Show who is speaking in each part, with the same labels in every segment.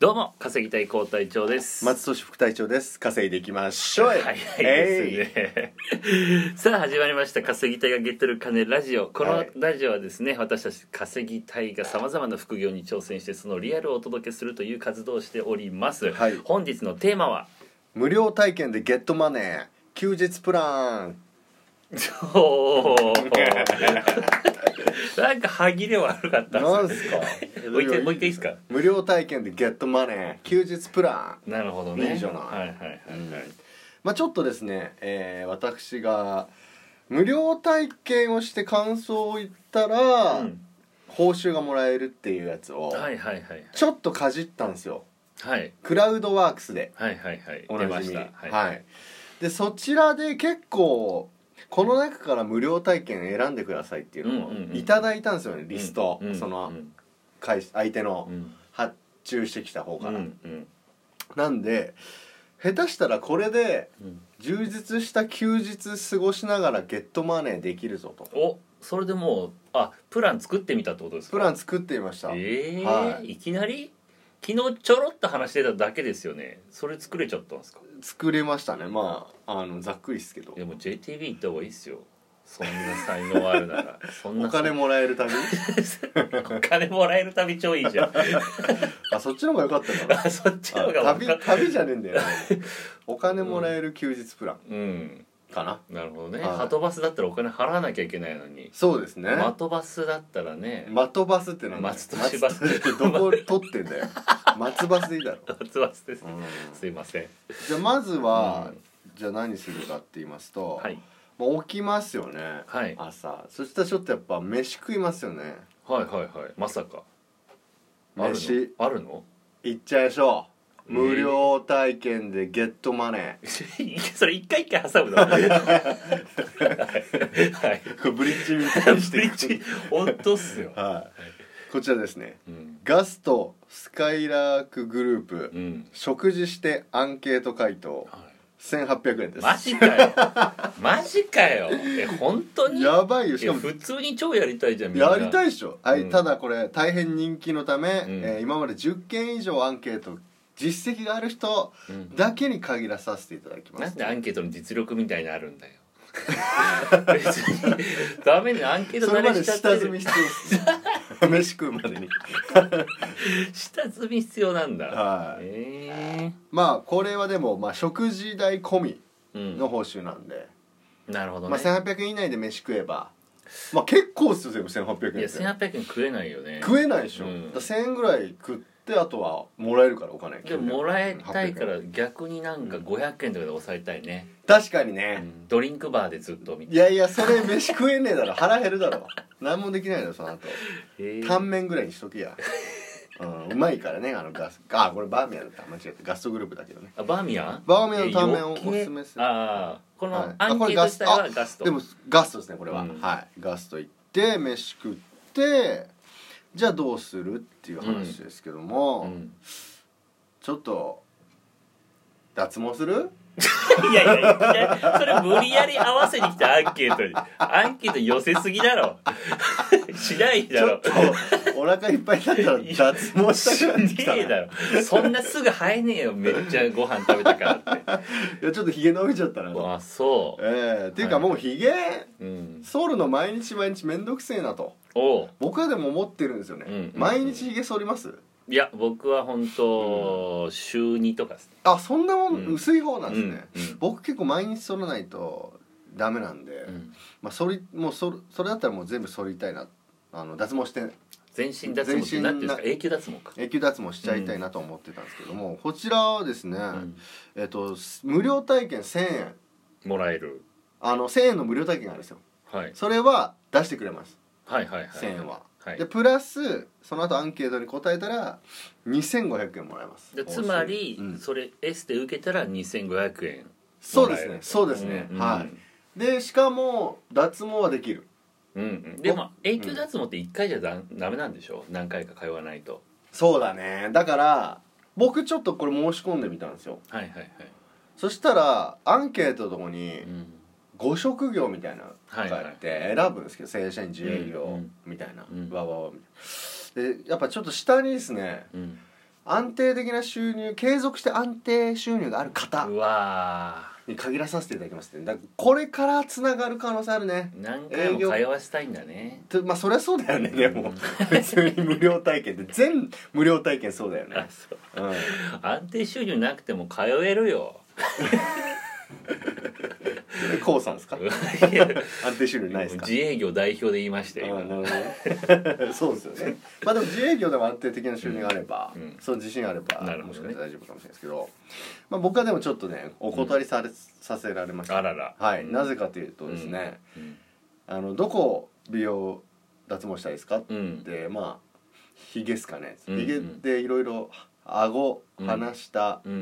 Speaker 1: どうも稼ぎたい高隊長です
Speaker 2: 松俊副隊長です稼いでいきましょう
Speaker 1: 早いですね、 さあ始まりました「稼ぎたいがゲットる金ラジオ」こ
Speaker 2: は
Speaker 1: の
Speaker 2: い
Speaker 1: ラジオはですね、私たち稼ぎたいがさまざまな副業に挑戦してそのリアルをお届けするという活動をしております、
Speaker 2: はい
Speaker 1: 本日のテーマは
Speaker 2: 無料体験でゲットマネー休日プラン
Speaker 1: お ーなんか歯切れ悪かった
Speaker 2: なん
Speaker 1: です
Speaker 2: か
Speaker 1: す もう一回もう一回いいですか
Speaker 2: 無料体験でゲットマネー休日プラン
Speaker 1: なるほどね
Speaker 2: いいじゃない
Speaker 1: はいはいはいはい、
Speaker 2: まあちょっとですね、えー私が無料体験をして感想を言ったら、
Speaker 1: うん
Speaker 2: 報酬がもらえるっていうやつを、
Speaker 1: はいはいはい
Speaker 2: ちょっとかじったんですよ
Speaker 1: はい
Speaker 2: クラウドワークスで
Speaker 1: はいはいはい
Speaker 2: お
Speaker 1: 出
Speaker 2: な
Speaker 1: ま
Speaker 2: じ
Speaker 1: し
Speaker 2: み
Speaker 1: た
Speaker 2: はい、
Speaker 1: はい
Speaker 2: でそちらで結構この中から無料体験選んでくださいっていうのを
Speaker 1: うんうんうん
Speaker 2: いただいたんですよねリスト、
Speaker 1: うん
Speaker 2: その
Speaker 1: うん
Speaker 2: 会相手の
Speaker 1: うん
Speaker 2: 発注してきた方
Speaker 1: う
Speaker 2: か
Speaker 1: ん
Speaker 2: ら、
Speaker 1: うん
Speaker 2: なんで下手したらこれで
Speaker 1: うん
Speaker 2: 充実した休日過ごしながらゲットマネーできるぞと
Speaker 1: おそれでもうあプラン作ってみたってことですか
Speaker 2: プラン作ってみました、
Speaker 1: ええ、
Speaker 2: はい
Speaker 1: きなり昨日ちょろっと話してただけですよねそれ作れちゃったんですか
Speaker 2: 作れましたねまああのざっくりですけど
Speaker 1: いやもう JTB 行った方がいいっすよそんな才能あるならそんな
Speaker 2: お金もらえるたび
Speaker 1: お金もらえる旅超いいじゃん
Speaker 2: あそっちの方が良かったかな
Speaker 1: あそっちの方が
Speaker 2: あ
Speaker 1: わか
Speaker 2: 旅旅じゃねえんだよねお金もらえる休日プラン
Speaker 1: うん
Speaker 2: かな、
Speaker 1: なるほどね、
Speaker 2: はい
Speaker 1: はとバスだったらお金払わなきゃいけないのに
Speaker 2: そうですね
Speaker 1: マトバスだったらね
Speaker 2: 的バスってなんだよ
Speaker 1: 松戸市バス
Speaker 2: 松戸市どこ取ってん だよ松バスでいいだろ、
Speaker 1: マトバスです、
Speaker 2: うん
Speaker 1: すいません
Speaker 2: じゃあまずは、
Speaker 1: うん
Speaker 2: じゃあ何するかって言いますと、
Speaker 1: はい
Speaker 2: まあ、起きますよね、
Speaker 1: はい
Speaker 2: 朝そしたらちょっとやっぱ飯食いますよね
Speaker 1: はいはいはいまさかある
Speaker 2: 飯
Speaker 1: のあるの
Speaker 2: 行っちゃいましょう
Speaker 1: えー
Speaker 2: 無料体験でゲットマネ
Speaker 1: それ一回一回挟むのはい、はい
Speaker 2: ー これブリッジみたいにして
Speaker 1: ブリッジ本当っすよ、
Speaker 2: はい、こちらですね
Speaker 1: うん
Speaker 2: ガストスカイラークグループ、
Speaker 1: うん
Speaker 2: 食事してアンケート回答
Speaker 1: は
Speaker 2: 1800円で
Speaker 1: い、
Speaker 2: す
Speaker 1: マジかよマジかよえ本当に
Speaker 2: やばいよし
Speaker 1: いや
Speaker 2: かも
Speaker 1: 普通に超やりたいじゃんみんな
Speaker 2: やりたいでしょ、はい
Speaker 1: うん
Speaker 2: ただこれ大変人気のため、
Speaker 1: ん
Speaker 2: えー今まで10件以上アンケート実績がある人
Speaker 1: うん
Speaker 2: だけに限らさせていただきま
Speaker 1: なん
Speaker 2: す、
Speaker 1: でアンケートの実力みたいなのあるんだよ別にダメにアンケート
Speaker 2: それま
Speaker 1: 誰
Speaker 2: で
Speaker 1: しちゃっ
Speaker 2: 下
Speaker 1: て
Speaker 2: 積
Speaker 1: る
Speaker 2: み必 要です飯食うまでに
Speaker 1: 下積み必要なんだ、
Speaker 2: はい
Speaker 1: え
Speaker 2: まあこれはでも、まあ、食事代込み
Speaker 1: えうん
Speaker 2: の報酬なんで、
Speaker 1: なるほど
Speaker 2: ま
Speaker 1: ね
Speaker 2: あ、、1800円以内で飯食えばまあ結構っすよでも1800円って
Speaker 1: いや1800円食えないよね
Speaker 2: 食えないでしょ、
Speaker 1: うん
Speaker 2: だから1000円ぐらい食ってあとはもらえるからお金
Speaker 1: でももらいたいか
Speaker 2: 800
Speaker 1: ら
Speaker 2: 円
Speaker 1: 逆になんか500円とかで抑えたいね、
Speaker 2: 確かにね、
Speaker 1: ドリンクバーでずっとみたい
Speaker 2: いやいやそれ飯食えねえだろ腹減るだ ろ何もできないだろその後タ
Speaker 1: な
Speaker 2: ンメンぐらいにしとけや、うん、うまいからねあのガスあこれバーミヤンだった間違えたガストグループだけどね
Speaker 1: あバーミヤン
Speaker 2: バーミヤンのタンメンを
Speaker 1: え余計
Speaker 2: おすすめする
Speaker 1: ああこの
Speaker 2: はい
Speaker 1: アンケート自体
Speaker 2: あこ
Speaker 1: は
Speaker 2: れ
Speaker 1: ガスト
Speaker 2: でもガストですねこれは、
Speaker 1: うん
Speaker 2: はいガスト行って飯食ってじゃあどうするっていう話ですけども、
Speaker 1: うん
Speaker 2: ちょっと脱毛する
Speaker 1: いやいやいやそれ無理やり合わせに来たアンケートにアンケートに寄せすぎだろしない
Speaker 2: ち
Speaker 1: だ
Speaker 2: ょっ
Speaker 1: ろ
Speaker 2: とお腹いっぱいになったら脱毛したくなってき
Speaker 1: したね
Speaker 2: な
Speaker 1: えだろそんなすぐ生えねえよめっちゃご飯食べた からって
Speaker 2: いやちょっとひげ伸びちゃったな
Speaker 1: あそ
Speaker 2: ええっていうか
Speaker 1: はい
Speaker 2: もうひげ、
Speaker 1: ううん
Speaker 2: 剃るの毎日毎日めんどくせえなと
Speaker 1: おう
Speaker 2: 僕はでも思ってるんですよね、
Speaker 1: うんうんうん
Speaker 2: 毎日ひげ剃ります
Speaker 1: いや僕は本当週2とかですね
Speaker 2: あそんなもん、
Speaker 1: うん
Speaker 2: 薄い方なんですね、
Speaker 1: うんうん
Speaker 2: 僕結構毎日剃らないとダメなんで、
Speaker 1: うん
Speaker 2: まあ、剃りもうそれそれだったらもう全部剃りたいなあの脱毛して
Speaker 1: 全身脱毛って
Speaker 2: 全身
Speaker 1: なんていうんです
Speaker 2: な
Speaker 1: か永久脱毛か、
Speaker 2: 永久脱毛しちゃいたいなと思ってたんですけども、こちらはですね、
Speaker 1: うん
Speaker 2: えっと無料体験1000円
Speaker 1: もらえる、
Speaker 2: あの1000円の無料体験があるんですよ
Speaker 1: はい、
Speaker 2: それは出してくれます
Speaker 1: はいはいはい
Speaker 2: 1000円は、
Speaker 1: はい
Speaker 2: でプラスその後アンケートに答えたら2500円もらえます
Speaker 1: でつまり、
Speaker 2: うん
Speaker 1: それエスで受けたら2500円
Speaker 2: そうですねそう
Speaker 1: で
Speaker 2: ですね、はいでしかも脱毛はできる
Speaker 1: うんうん、でも永久脱毛って1回じゃだダメなんでしょ何回か通わないと
Speaker 2: そうだねだから僕ちょっとこれ申し込んでみたんですよ
Speaker 1: はいはいはい、
Speaker 2: そしたらアンケートのとこに
Speaker 1: うん
Speaker 2: ご職業みたいなの
Speaker 1: はい
Speaker 2: があって選ぶんですけど正社員自営
Speaker 1: うんう
Speaker 2: 業
Speaker 1: ん
Speaker 2: みたいな、
Speaker 1: うん
Speaker 2: わわわみたいなでやっぱちょっと下にですね
Speaker 1: うん、
Speaker 2: 安定的な収入継続して安定収入がある方
Speaker 1: うわ
Speaker 2: に限らさせていただきますねだからこれからつながる可能性あるね
Speaker 1: ー何回も通わしたいんだね
Speaker 2: とまあそりゃそうだよねで
Speaker 1: う
Speaker 2: も
Speaker 1: ん
Speaker 2: 別に無料体験って全無料体験そうだよ
Speaker 1: あ
Speaker 2: ね、
Speaker 1: そう
Speaker 2: うん、
Speaker 1: 安定収入なくても通えるよ
Speaker 2: でこうさんですか
Speaker 1: いや
Speaker 2: 安定収入 ないですか
Speaker 1: 自営業代表で言いました
Speaker 2: あ
Speaker 1: よ
Speaker 2: あ
Speaker 1: 今
Speaker 2: なるほどね そうですよねまあでも自営業でも安定的な収入があれば、
Speaker 1: うんうん
Speaker 2: その自信があれば、
Speaker 1: なるほ
Speaker 2: も
Speaker 1: ど
Speaker 2: し
Speaker 1: ね
Speaker 2: かしたら大丈夫かもしれないですけど、まあ、僕はでもちょっとねお断りされ、させられました
Speaker 1: あらら
Speaker 2: はい、
Speaker 1: うん
Speaker 2: なぜかというとですね、
Speaker 1: うん
Speaker 2: あのどこ美容脱毛したいですかっ
Speaker 1: うん
Speaker 2: て、まあひげですかね
Speaker 1: うんうん
Speaker 2: ひげでいろいろ顎
Speaker 1: うん
Speaker 2: 鼻下、
Speaker 1: うん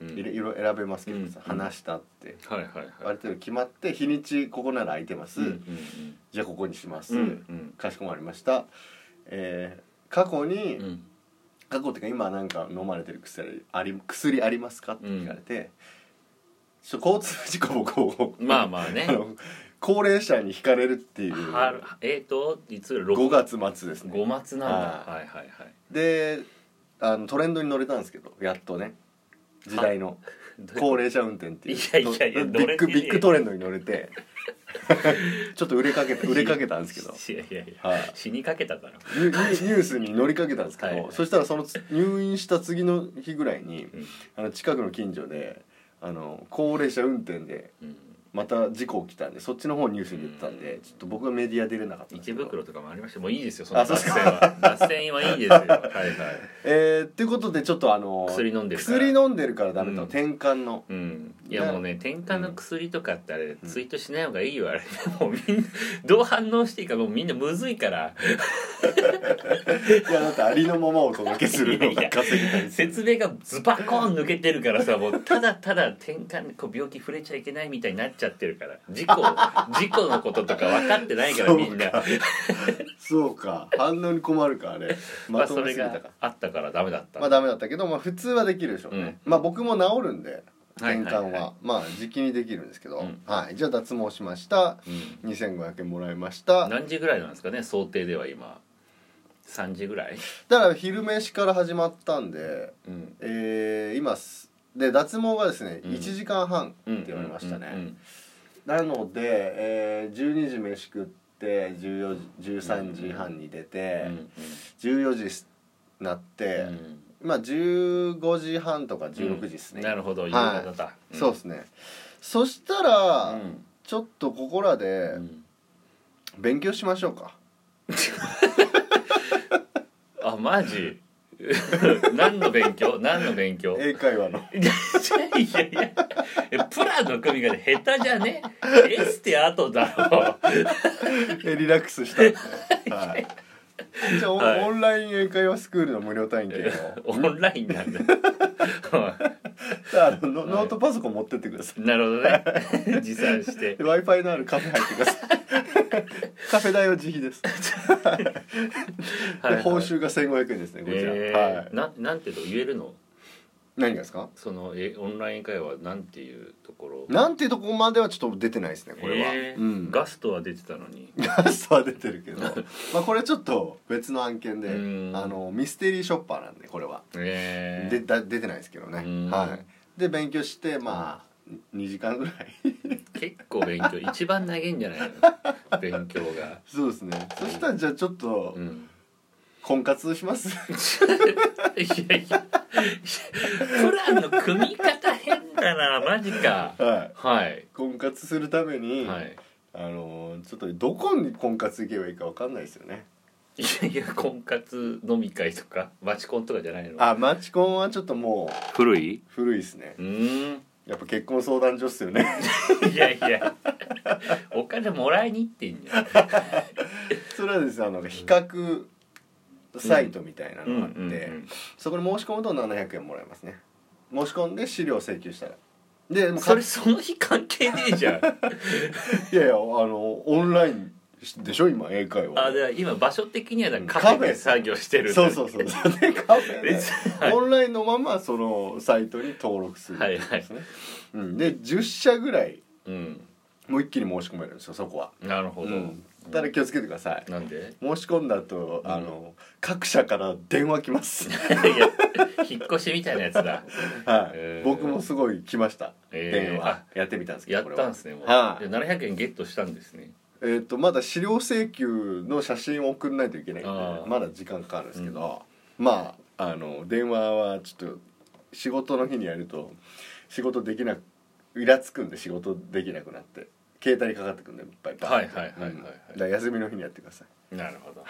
Speaker 1: うんうん
Speaker 2: いろいろ選べますけどさ、
Speaker 1: うんうん
Speaker 2: 鼻下って
Speaker 1: はいはいはい
Speaker 2: ある程度決まって日にちここなら空いてます、
Speaker 1: うんうん
Speaker 2: じゃあここにします、
Speaker 1: うんうん
Speaker 2: かしこまりました、えー過去に、
Speaker 1: うん
Speaker 2: 過去っていうか今なんか飲まれてる薬あり薬ありますかって聞かれて、ちょっと交通事故をこう
Speaker 1: まあまあね
Speaker 2: あの高齢者にひかれるっていう
Speaker 1: はえっ、といつ
Speaker 2: 5
Speaker 1: 6
Speaker 2: 月末ですね
Speaker 1: 5末なんだ
Speaker 2: は
Speaker 1: はいはいはい
Speaker 2: であのトレンドに乗れたんですけどやっとね時代の高齢者運転っていう
Speaker 1: いやいやいや
Speaker 2: ビ
Speaker 1: 乗れ
Speaker 2: ッ
Speaker 1: て
Speaker 2: グ
Speaker 1: ねえ
Speaker 2: ビッグトレンドに乗 れてちょっと売れかけた売れかけたんですけ ど、
Speaker 1: いやいやいや
Speaker 2: はい
Speaker 1: 死にかけたから
Speaker 2: ニュニュニュースに乗りかけたんですけど、
Speaker 1: はいはい
Speaker 2: そしたらそのつ入院した次の日ぐらいに、
Speaker 1: ん
Speaker 2: あの近くの近所であの高齢者運転で
Speaker 1: うん
Speaker 2: また事故起きたんでそっちの方ニュースに出てたんで、ちょっと僕はメディア出れなかったんです
Speaker 1: 池
Speaker 2: けど
Speaker 1: 袋とかもありましたもういいですよその
Speaker 2: あそう
Speaker 1: 脱
Speaker 2: です
Speaker 1: 線
Speaker 2: か
Speaker 1: は脱線はいいですよはい はい
Speaker 2: えー、っていうことでちょっとあの
Speaker 1: 薬飲んでるから
Speaker 2: 薬飲んでるからダメと、
Speaker 1: うん
Speaker 2: 転換の
Speaker 1: うん、いや
Speaker 2: な
Speaker 1: もうね転換の薬とかってあれツイートしない方がいいよあれ もうみんなどう反応していいかもうみんなむずいから
Speaker 2: いやだってありのままをお届けするの
Speaker 1: いやい
Speaker 2: が
Speaker 1: や
Speaker 2: 稼ぎたいです
Speaker 1: 説明がズバコーン抜けてるから さもうただただ転換でこう病気触れちゃいけないみたいになっちゃってるから事 故事故のこととか分かってないからみんな
Speaker 2: そうか反応に困るかあれ
Speaker 1: ま
Speaker 2: ま
Speaker 1: あ
Speaker 2: と
Speaker 1: そ
Speaker 2: め
Speaker 1: れ
Speaker 2: すぎた
Speaker 1: が
Speaker 2: か
Speaker 1: あったからダメだった、
Speaker 2: まあダメだったけど、まあ、普通はできるでしょうね、
Speaker 1: うん
Speaker 2: まあ僕も治るんで
Speaker 1: はい
Speaker 2: 転換は,、
Speaker 1: はいは
Speaker 2: まあ時期にできるんですけど、
Speaker 1: うん
Speaker 2: はいじゃあ脱毛しました
Speaker 1: うん
Speaker 2: 2500円もらいました
Speaker 1: 何時ぐらいなんですかね想定では今3時ぐらい、
Speaker 2: だから昼飯から始まったんで
Speaker 1: うん、
Speaker 2: えー、今すで脱毛がですね、
Speaker 1: うん
Speaker 2: 1時間半って言われましたね、
Speaker 1: うんうん
Speaker 2: なので、えー、12時飯食って14時13時半に出て、
Speaker 1: うん
Speaker 2: 14時すなって
Speaker 1: う、ん
Speaker 2: まあ15時半とか16時ですね、
Speaker 1: なるほど
Speaker 2: はい
Speaker 1: 夕方だ、
Speaker 2: そうですねそしたら、
Speaker 1: うん
Speaker 2: ちょっとここらで
Speaker 1: うん
Speaker 2: 勉強しましょうか、
Speaker 1: あマジ 何の勉強何の勉強
Speaker 2: 英会話の
Speaker 1: いや いやいやえプラの組み方下手じゃねエステ後だろ
Speaker 2: えリラックスし たんで、はい、じゃあオン
Speaker 1: はい
Speaker 2: オンライン英会話スクールの無料体験 を
Speaker 1: オンラインなんだは
Speaker 2: さああのノノートパソコン持ってってくださ
Speaker 1: いなるほど ね持参して
Speaker 2: い w i f i のあるカフェ入ってくだ さいカフェ代は自費です
Speaker 1: はいは
Speaker 2: で
Speaker 1: い
Speaker 2: 報酬が1500円ですねこちら、
Speaker 1: えー
Speaker 2: はい、
Speaker 1: ななんていうと言えるの
Speaker 2: 何がですか
Speaker 1: そのえオンライン会話なんていうところ
Speaker 2: なんていうとこまではちょっと出てないですねこれは、
Speaker 1: えー
Speaker 2: うん、
Speaker 1: ガストは出てたのに
Speaker 2: ガストは出てるけどまあこれちょっと別の案件で
Speaker 1: うん
Speaker 2: あのミステリーショッパーなんでこれは、
Speaker 1: え
Speaker 2: でだ出てないですけどね
Speaker 1: うん
Speaker 2: はいで勉強してまあ2時間ぐらい
Speaker 1: 結構勉強一番長いんじゃない の勉強が、
Speaker 2: そうですねそしたらじゃあちょっと
Speaker 1: うん、
Speaker 2: 婚活します
Speaker 1: いやいやプランの組み方変だなマジか
Speaker 2: はい
Speaker 1: はい
Speaker 2: 婚活するために、
Speaker 1: はい
Speaker 2: あのーちょっとどこに婚活行けばいいかわかんないですよね
Speaker 1: いやいや婚活飲み会とかマチコンとかじゃないの
Speaker 2: あマチコンはちょっともう
Speaker 1: 古い
Speaker 2: 古いですね
Speaker 1: うーん
Speaker 2: やっぱ結婚相談所っすよね
Speaker 1: いやいやお金もらいに行ってんじゃん
Speaker 2: それはですねあの比較サイトみたいなのがあって、
Speaker 1: うんうんうん
Speaker 2: そこに申し込むと700円もらえますね申し込んで資料請求したらでもう
Speaker 1: そ
Speaker 2: か
Speaker 1: れその日関係ねえじゃん
Speaker 2: いやいやあのオンラインでしょ今英会話
Speaker 1: あで今場所的にはなんかカフェで作業してる
Speaker 2: そうそううそう でカフェで
Speaker 1: 別
Speaker 2: オンラインのままそのサイトに登録するん
Speaker 1: はい
Speaker 2: で
Speaker 1: はい
Speaker 2: すね、うん、で10社ぐらい
Speaker 1: うん
Speaker 2: もう一気に申し込めるんですよそこは、
Speaker 1: なるほ
Speaker 2: う
Speaker 1: ど、
Speaker 2: ん、ただ気をつけてください
Speaker 1: なんで
Speaker 2: 申し込んだと、あの各社から電話来ま
Speaker 1: い
Speaker 2: す
Speaker 1: や引っ越しみたいなやつだ
Speaker 2: はい、
Speaker 1: えー
Speaker 2: 僕もすごい来ました、
Speaker 1: えー
Speaker 2: 電話やってみたんですけど
Speaker 1: やっ
Speaker 2: これは
Speaker 1: たんですねもう、
Speaker 2: はい
Speaker 1: で700円ゲットしたんですね
Speaker 2: えー、とまだ資料請求の写真を送んないといけないんで
Speaker 1: あー
Speaker 2: まだ時間かかるんですけど、まああの電話はちょっと仕事の日にやると仕事できなくイラつくんで仕事できなくなって携帯にかかってくんでいっぱいバーンって
Speaker 1: はいはいはいはいはい
Speaker 2: うんだから休みの日にやってくださ
Speaker 1: なるほど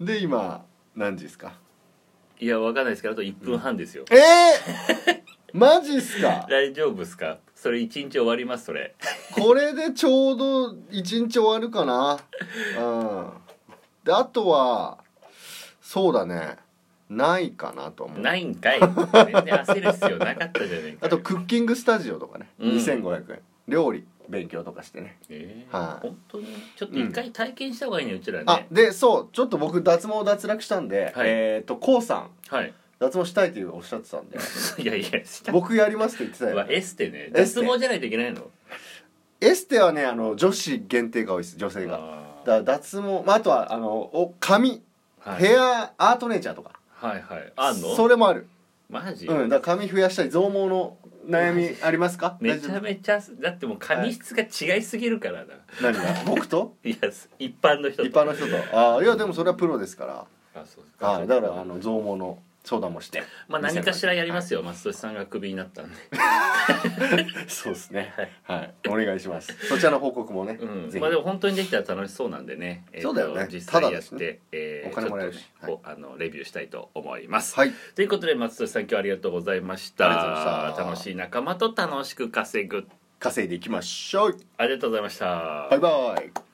Speaker 2: いで今何時ですか
Speaker 1: いやわかんないですけどあと1分半ですよ、
Speaker 2: えー、 マジっすか
Speaker 1: 大丈夫ですかそれ1日終わりますそれ
Speaker 2: これでちょうど一日終わるかなうんであとはそうだねないかなと思う
Speaker 1: ないんかい全然焦る必要なかったじゃねえか
Speaker 2: あとクッキングスタジオとかね、
Speaker 1: うん
Speaker 2: 2500円料理勉強とかしてね
Speaker 1: えー
Speaker 2: はい
Speaker 1: 本当にちょっと一回体験した方がいいねうちら
Speaker 2: あ
Speaker 1: ね
Speaker 2: でそうちょっと僕脱毛脱落したんで、
Speaker 1: はい
Speaker 2: えっ、と k o さん
Speaker 1: はい
Speaker 2: 脱毛したいっておっしゃってたんで
Speaker 1: いやいやした
Speaker 2: 僕やりますって言ってたよ
Speaker 1: はエステね
Speaker 2: エス
Speaker 1: 脱
Speaker 2: テ
Speaker 1: 毛じゃないといけないの
Speaker 2: エステはねあの女子限定が多いです女性が
Speaker 1: あー
Speaker 2: だから脱毛、まあ、あとはあのお髪、
Speaker 1: はい
Speaker 2: ヘアアートネイチャーとか
Speaker 1: はいはいあんの
Speaker 2: それもある
Speaker 1: マジ、
Speaker 2: うん、だから髪増やしたり増毛の悩みありますか
Speaker 1: めちゃ
Speaker 2: 大丈
Speaker 1: めちゃだってもう髪質が違いすぎるからな、
Speaker 2: 夫何が 僕と
Speaker 1: い、や一般の人と
Speaker 2: 一般の人とああいやでもそれはプロですから
Speaker 1: あそうです
Speaker 2: あーだからあの増毛の相談もして
Speaker 1: まあ何かしらやります
Speaker 2: よ、
Speaker 1: よ松俊さんがクビになったんで
Speaker 2: はいそうですねはい、お願いしますそちらの報告もね、
Speaker 1: うん
Speaker 2: ぜひ、
Speaker 1: まあでも本当にできたら楽しそうなんでね、えーと
Speaker 2: そうだよね
Speaker 1: 実
Speaker 2: ただ
Speaker 1: 際や
Speaker 2: で
Speaker 1: っ
Speaker 2: すね
Speaker 1: て、えー
Speaker 2: お金もらえるし
Speaker 1: ちょっとねこうあのレビューしたいと思います、
Speaker 2: はい
Speaker 1: ということで松俊さん今日はありがとうございました
Speaker 2: ありがとうございました
Speaker 1: 楽しい仲間と楽しく稼ぐ
Speaker 2: 稼いでいきましょう
Speaker 1: ありがとうございました
Speaker 2: バイバイ